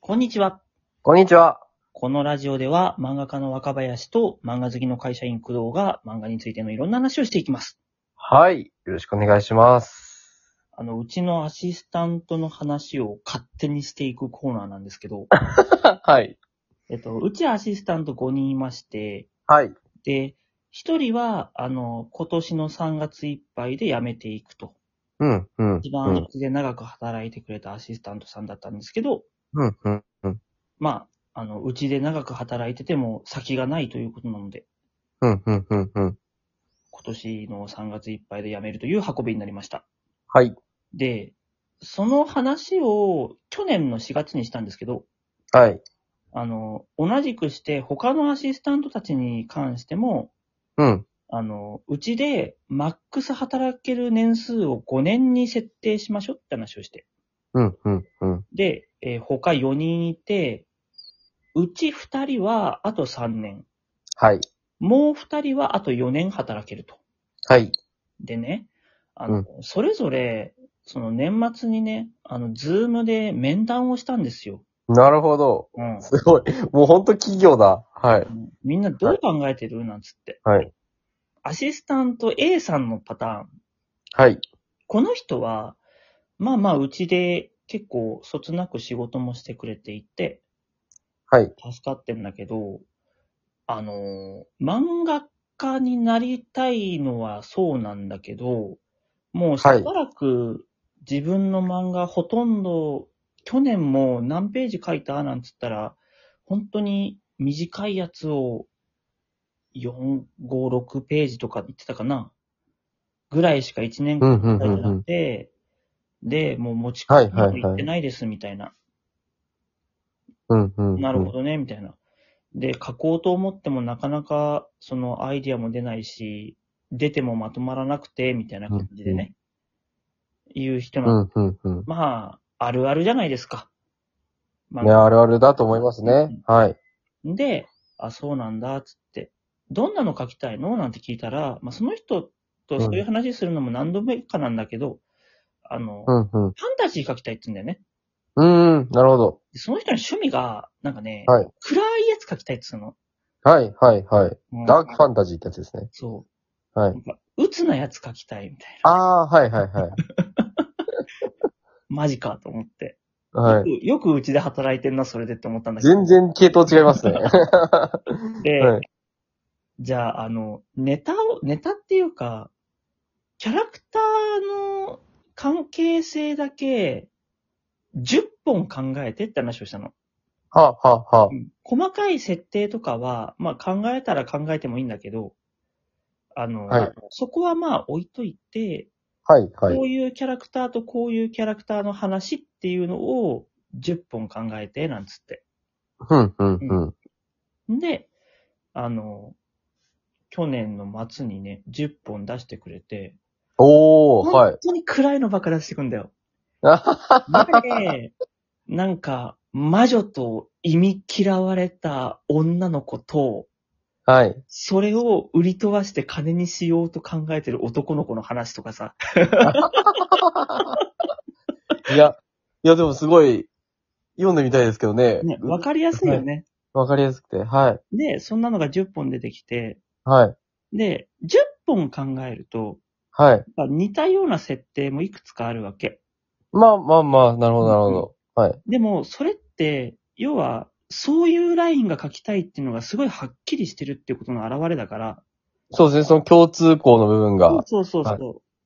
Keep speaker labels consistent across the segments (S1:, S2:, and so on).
S1: こんにちは。
S2: こんにちは。
S1: このラジオでは漫画家の若林と漫画好きの会社員工藤が漫画についてのいろんな話をしていきます。
S2: はい。よろしくお願いします。
S1: あの、うちのアシスタントの話を勝手にしていくコーナーなんですけど、
S2: はい。
S1: えっと、うちアシスタント5人いまして、
S2: はい。
S1: で、1人は、あの、今年の3月いっぱいで辞めていくと。
S2: うん、うん。
S1: 一番うちで長く働いてくれたアシスタントさんだったんですけど、
S2: うん、うん、うん。
S1: まあ、あの、うちで長く働いてても先がないということなので、
S2: うん、うん、うん、うん。
S1: 今年の3月いっぱいで辞めるという運びになりました。
S2: はい。
S1: で、その話を去年の4月にしたんですけど、
S2: はい。
S1: あの、同じくして他のアシスタントたちに関しても、
S2: うん。
S1: あの、うちでマックス働ける年数を5年に設定しましょうって話をして。
S2: うん、うん、うん。
S1: で、えー他4人いて、うち2人はあと3年、
S2: はい。
S1: もう2人はあと4年働けると。
S2: はい。
S1: でね、あの、
S2: うん
S1: それぞれ、その年末にね、あの、ズームで面談をしたんですよ。
S2: なるほど。
S1: うん。
S2: すごい。もうほんと企業だ。はい。
S1: みんなどう考えてるなんつって。
S2: はい。
S1: アシスタント A さんのパターン。
S2: はい。
S1: この人は、まあまあ、うちで結構、そつなく仕事もしてくれていて、
S2: はい。
S1: 助かってんだけど、あのー、漫画家になりたいのはそうなんだけど、もうしばらく自分の漫画ほとんど、去年も何ページ書いたなんつったら、本当に短いやつを4、5、6ページとか言ってたかなぐらいしか1年
S2: う
S1: 間
S2: ん、うん、
S1: 書いて
S2: うん、う
S1: なく
S2: ん。
S1: て、で、もう持ち帰り
S2: はいはいは
S1: に
S2: い
S1: 行ってないですみたいな。
S2: うん、うん。
S1: なるほ。どね、みたいな。で、書こうと思ってもなかなか、そのアイディアも出ないし、出てもまとまらなくて、みたいな感じでね、言う人
S2: う
S1: の、
S2: ん、うん、うん。
S1: まあ、あるあるじゃないですか。まあ
S2: いや、あるあるだと思いますね。はい。
S1: で、あ、そうなんだ、つって。どんなの書きたいのなんて聞いたら、まあ、その人とそういう話するのも何度目かなんだけど、あの、
S2: う
S1: ファン
S2: ん、うん。
S1: タジー書きたいって言うんだよね。
S2: うん、なるほど。
S1: でその人の趣味が、なんかね、
S2: はい
S1: 暗いやつ書きたいって言うの。
S2: はい、はい、はい。
S1: もう
S2: ダークファンタジーってやつですね。
S1: そう。
S2: はい
S1: なん。か、鬱なやつ書きたいみたいな。
S2: ああー、はい、はい、はい。
S1: マジかと思って。
S2: はい。
S1: よくよくうちで働いてんな、それでって思ったんだけど。
S2: 全然系統違いますね。
S1: で、
S2: はい
S1: じゃあ、あの、ネタを、ネタっていうか、キャラクターの関係性だけ、10本考えてって話をしたの。
S2: はあ、はあ、はあ。
S1: 細かい設定とかは、まあ考えたら考えてもいいんだけど、あの、
S2: はい
S1: そこはまあ置いといて、
S2: はい、はい
S1: こ。ういうキャラクターとこういうキャラクターの話っていうのを10本考えて、なんつって。
S2: うん、うん、うん。
S1: で、あの、去年の末にね、10本出してくれて、
S2: おー、は
S1: 本
S2: い。
S1: 当に暗いのばっか出してくんだ よ。
S2: あはは
S1: で、なんか、魔女と忌み嫌われた女の子と、
S2: はい。
S1: それを売り飛ばして金にしようと考えてる男の子の話とかさ。
S2: いや、いや、でもすごい、読んでみたいですけどね。
S1: ね、わかりやすいよね。
S2: わかりやすくて。はい。
S1: で、そんなのが10本出てきて、
S2: はい。
S1: で、10本考えると、
S2: はい。
S1: やっぱ似たような設定もいくつかあるわけ。
S2: まあまあまあ、なるほど、なるほど。はい。
S1: でも、それって、要は、そういうラインが書きたいっていうのがすごいはっきりしてるっていうことの表れだから。
S2: そうですね、その共通項の部分
S1: そう
S2: が。
S1: そうそうそ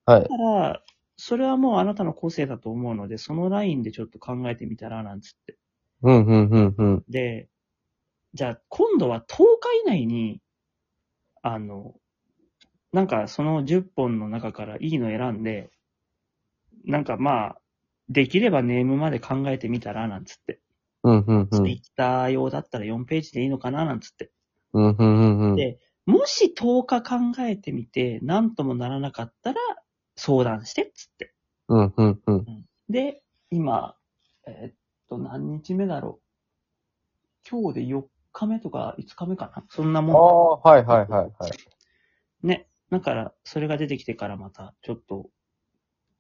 S1: う。
S2: はい。
S1: だから、それはもうあなたの個性だと思うので、そのラインでちょっと考えてみたら、なんつって。
S2: うん、うん、うん、うん。
S1: で、じゃあ今度は10日以内に、あの、なんかその10本の中からいいの選んで、なんかまあ、できればネームまで考えてみたら、なんつって。
S2: うん、うん、う
S1: ツ
S2: ん。
S1: イッター用だったら4ページでいいのかな、なんつって。
S2: うん、うん、うん、うん。
S1: でもし10日考えてみて、なんともならなかったら、相談して、つって。
S2: うん、うん、うん。
S1: で、今、えーっと、何日目だろう。今日で4日目とか5日目かな。そんな
S2: あ
S1: も
S2: あ、はい、はい、はい、はい。
S1: ん。ね。だから、それが出てきてからまた、ちょっと、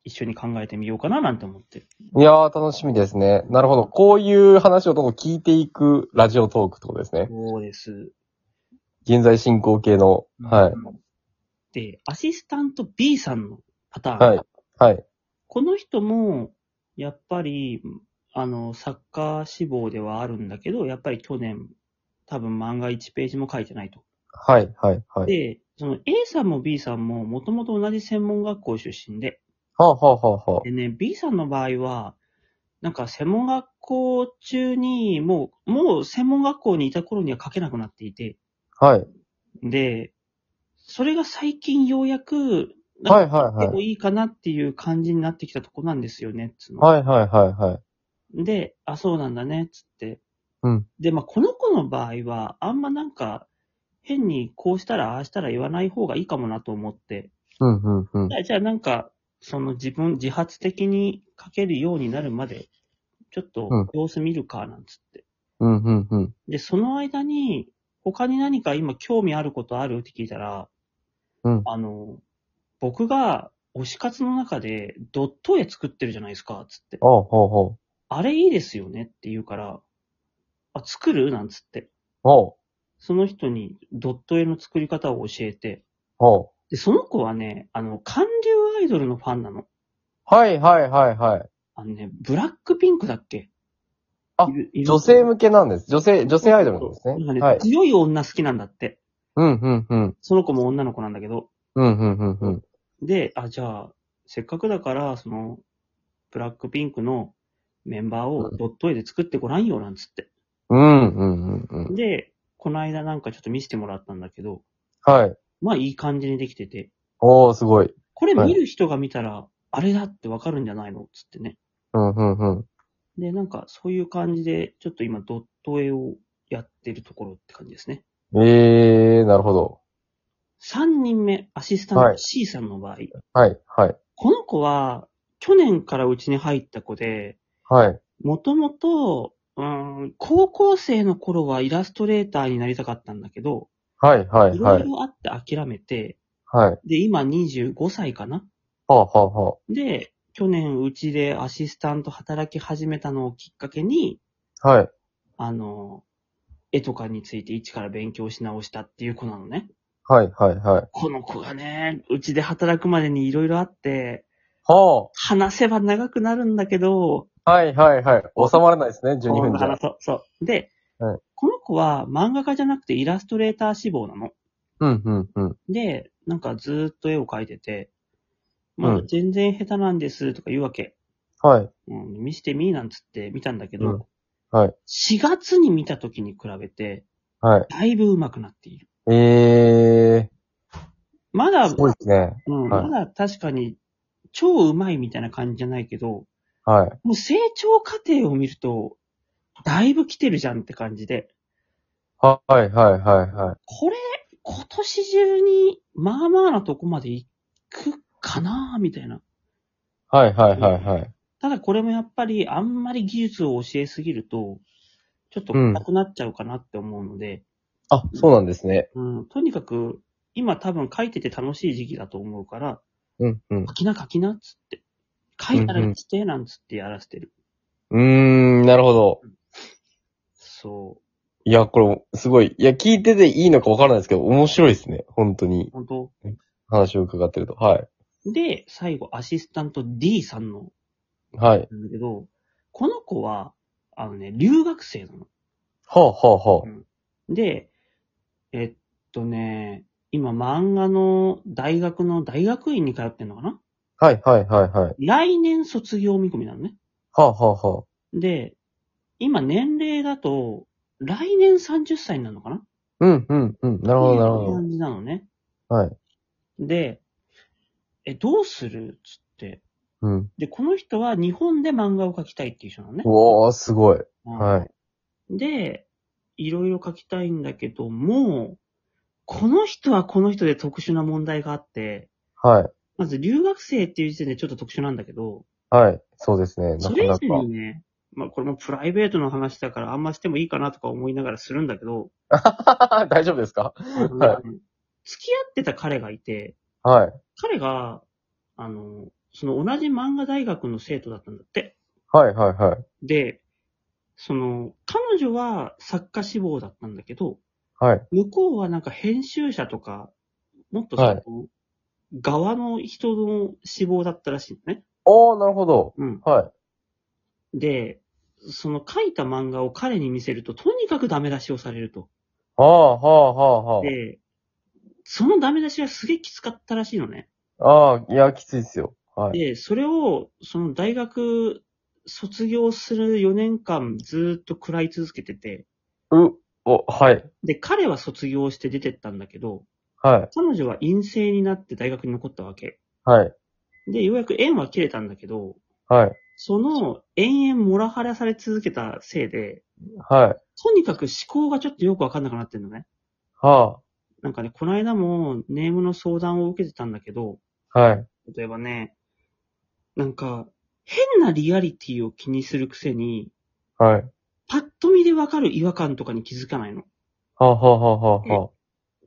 S1: 一緒に考えてみようかななんて思ってる。
S2: いやー、楽しみですね。なるほど。こういう話をどんどん聞いていくラジオトークってことですね。
S1: そうです。
S2: 現在進行形の。はい。
S1: い。で、アシスタント B さんのパターン。
S2: はい。はい。
S1: この人も、やっぱり、あの、サッカー志望ではあるんだけど、やっぱり去年、多分漫画1ページも書いてないと。
S2: はい。はい。はい。
S1: で、その A さんも B さんも、もともと同じ専門学校出身で、
S2: はあ、はあはあは
S1: でね、B さんの場合は、なんか専門学校中に、もう、もう専門学校にいた頃には書けなくなっていて、
S2: あ、はい。
S1: で、それが最近ようやく、なん
S2: はい。はい。
S1: か
S2: は
S1: でも
S2: い。
S1: いいかなっていう感じになってきたとこなんですよね、つうの
S2: はい。はい。はい。はい。
S1: で、あ、そうなんだね、つって。
S2: うん
S1: で、まあ、この子の場合は、あんまなんか、変にこうしたら、ああしたら言わない方がいいかもなと思って。
S2: うん、うん、うん
S1: じ。ゃあ、じゃあなんか、その自分、自発的に書けるようになるまで、ちょっ
S2: うん
S1: と様子見るか、なんつって。
S2: うん、うん、うん。
S1: で、その間に、他に何か今興味あることあるって聞いたら、
S2: うん
S1: あの、僕が推し活の中でドット絵作ってるじゃないですか、つって。
S2: おうほうほう。
S1: あれいいですよねって言うから、あ、作るなんつって。
S2: おう
S1: その人にドット絵の作り方を教えて。
S2: ほ
S1: で、その子はね、あの、韓流アイドルのファンなの。
S2: う。はい。はい。はい。はい。
S1: あのね、ブラックピンクだっけ
S2: あ
S1: いるいる
S2: 女性向けなんです。女性、女性アイドルなんです
S1: なんかね
S2: ね。はい。
S1: 強い女好きなんだって。
S2: うん、うん、うん。
S1: その子も女の子なんだけど。
S2: うん、うん、うん、うん。
S1: で、あ、じゃあ、せっかくだから、その、ブラックピンクのメンバーをドット絵で作ってごらんよ、なんつって。
S2: うん、うん、うん、うん。
S1: で、この間なんかちょっと見せてもらったんだけど、
S2: はい。
S1: まあいい感じにできてて。
S2: おー、すごい。
S1: これ
S2: はい
S1: 見る人が見たら、あれだってわかるんじゃないのつってね。
S2: うん、うん、うん。
S1: で、なんかそういう感じで、ちょっと今ドット絵をやってるところって感じですね。
S2: えー、なるほど。
S1: 3人目、アシスタン
S2: は
S1: ト
S2: い
S1: C さんの場合、
S2: はい、はい、
S1: この子は、去年からうちに入った子で、
S2: はい。
S1: もともと、うーん、高校生の頃はイラストレーターになりたかったんだけど、
S2: はい、はいい、
S1: ろ
S2: はいい。
S1: ろあって諦めて、
S2: はい。
S1: で、今25歳かな
S2: はあ、はあ、は
S1: で、去年うちでアシスタント働き始めたのをきっかけに、
S2: あ。はい。
S1: あの、絵とかについて一から勉強し直したっていう子なのね。
S2: はい、はい、はい。
S1: この子がね、うちで働くまでにいろいろあって、
S2: は
S1: 話せば長くなるんだけど、
S2: あ。はい、はい、はい。収まらないですね、12分じゃ
S1: 話。そう。そう。で、
S2: はい
S1: この子は漫画家じゃなくてイラストレーター志望なの。
S2: うん、うん、うん。
S1: で、なんかずーっと絵を描いてて、ま
S2: う
S1: あ
S2: ん
S1: 全然下手なんですとか言うわけ。
S2: はい。
S1: うん、見してみーなんつって見たんだけ
S2: うん
S1: ど、
S2: はい。
S1: 4月に見た時に比べて、
S2: はい。
S1: だいぶ上手くなっている。
S2: え
S1: ま
S2: ー、
S1: だ、
S2: すごいですね。
S1: うん、
S2: はい
S1: まだ確かに、超うまいみたいな感じじゃないけど、
S2: はい。
S1: もう成長過程を見ると、だいぶ来てるじゃんって感じで、
S2: ははい、はい、はい、はい。
S1: これ、今年中に、まあまあなとこまで行くかなみたいな。
S2: はい、はい、はい、はい。
S1: ただこれもやっぱり、あんまり技術を教えすぎると、ちょっと硬くなっちゃうかなって思うので、
S2: あ、そうなんですね。
S1: うん、とにかく、今多分書いてて楽しい時期だと思うから、
S2: うん、うん
S1: 書。きな書きなっつって。書いたら
S2: うんうん
S1: して、なんつってやらせてる。
S2: うーん、なるほど。
S1: そ
S2: いや、これ、すごい。いや、聞いてていいのかわからないですけど、面白いですね。本当
S1: う、
S2: に。
S1: 本当
S2: 話を伺ってると。はい。
S1: で、最後、アシスタント D さんの、
S2: はい。
S1: なんだけど、この子は、あのね、留学生なの。
S2: はあ、はあ、は
S1: で、えっとね、今漫画の大学の大学院に通ってんのかな
S2: あ。はい、はい、はい、はい。
S1: 来年卒業見込みなのね。
S2: はあ、はあ、はあ。
S1: で、今年齢だと、来年30歳になるのかな
S2: うん、うん、うん。なるほど、なるほ
S1: っていう
S2: ど。
S1: 感じなのね。
S2: はい。
S1: で、え、どうするつって。
S2: うん。
S1: で、この人は日本で漫画を描きたいっていう人なのね
S2: う。おー、すごい。はい。
S1: で、いろいろ書きたいんだけども、この人はこの人で特殊な問題があって、
S2: はい。
S1: まず留学生っていう時点でちょっと特殊なんだけど、
S2: はい。そうですね。な
S1: そ
S2: か
S1: れ
S2: なか。
S1: 以前にね、まあこれもプライベートの話だからあんましてもいいかなとか思いながらするんだけど、
S2: 大丈夫ですか
S1: あのね付き合ってた彼がいて、
S2: はい。
S1: 彼が、あの、その同じ漫画大学の生徒だったんだって。
S2: はいはいはい。
S1: で、その、彼女は作家志望だったんだけど、
S2: はい。
S1: 向こうはなんか編集者とか、もっとその、
S2: はい
S1: 側の人の志望だったらしいのね。
S2: おー、なるほど。
S1: うん。
S2: はい。
S1: で、その書いた漫画を彼に見せると、とにかくダメ出しをされると。
S2: はあ、はあ、はあ、は
S1: で、そのダメ出しがすげえきつかったらしいのね。
S2: あ。ああ、いや、きついっすよ。はい。
S1: で、それを、その大学卒業する4年間ずーっと食らい続けてて、
S2: う、お、はい。
S1: で、彼は卒業して出てったんだけど、
S2: はい。
S1: 彼女は陰性になって大学に残ったわけ。
S2: はい。
S1: で、ようやく縁は切れたんだけど、
S2: はい。
S1: その延々モラハラされ続けたせいで、
S2: はい。
S1: とにかく思考がちょっとよくわかんなくなってんのね。
S2: は
S1: なんかね、この間もネームの相談を受けてたんだけど、
S2: あ。はい。
S1: 例えばね、なんか、変なリアリティを気にするくせに、
S2: はい。
S1: パッと見でわかる違和感とかに気づかないの。
S2: はあ、はあ、はあ、はあ、は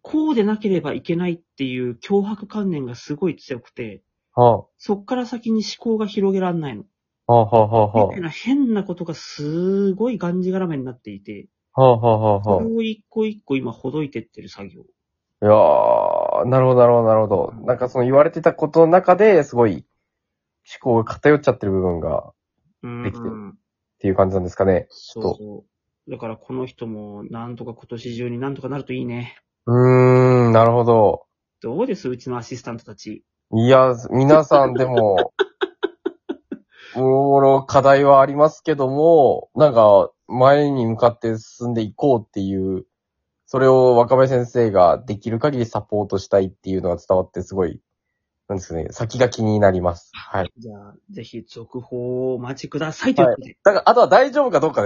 S1: こうでなければいけないっていう脅迫観念がすごい強くて、
S2: あ。は
S1: そっから先に思考が広げられないの。
S2: あ、はあ、はあ、はあ。
S1: みたいな変なことがすごいがんじがらめになっていて、
S2: はあ、はあ、はあ、
S1: そ
S2: は
S1: れを一個一個今ほどいてってる作業。
S2: あ。いやー、なるほど、なるほど、なるほど。なんかその言われてたことの中で、すごい、思考が偏っちゃってる部分が、っ
S1: うん、
S2: できてるていう感じなんですかね。
S1: そうそう。だからこの人もなんとか今年中になんとかなるといいね。
S2: うーん、なるほど。
S1: どうですうちのアシスタントたち。
S2: いや、皆さんでも、もろ課題はありますけども、なんか、前に向かって進んでいこうっていう、それを若林先生ができる限りサポートしたいっていうのが伝わってすごい、なんですかね、先が気になります。はい。
S1: じゃあ、ぜひ続報をお待ちくださいということで。
S2: だから、あとは大丈夫かどうかです。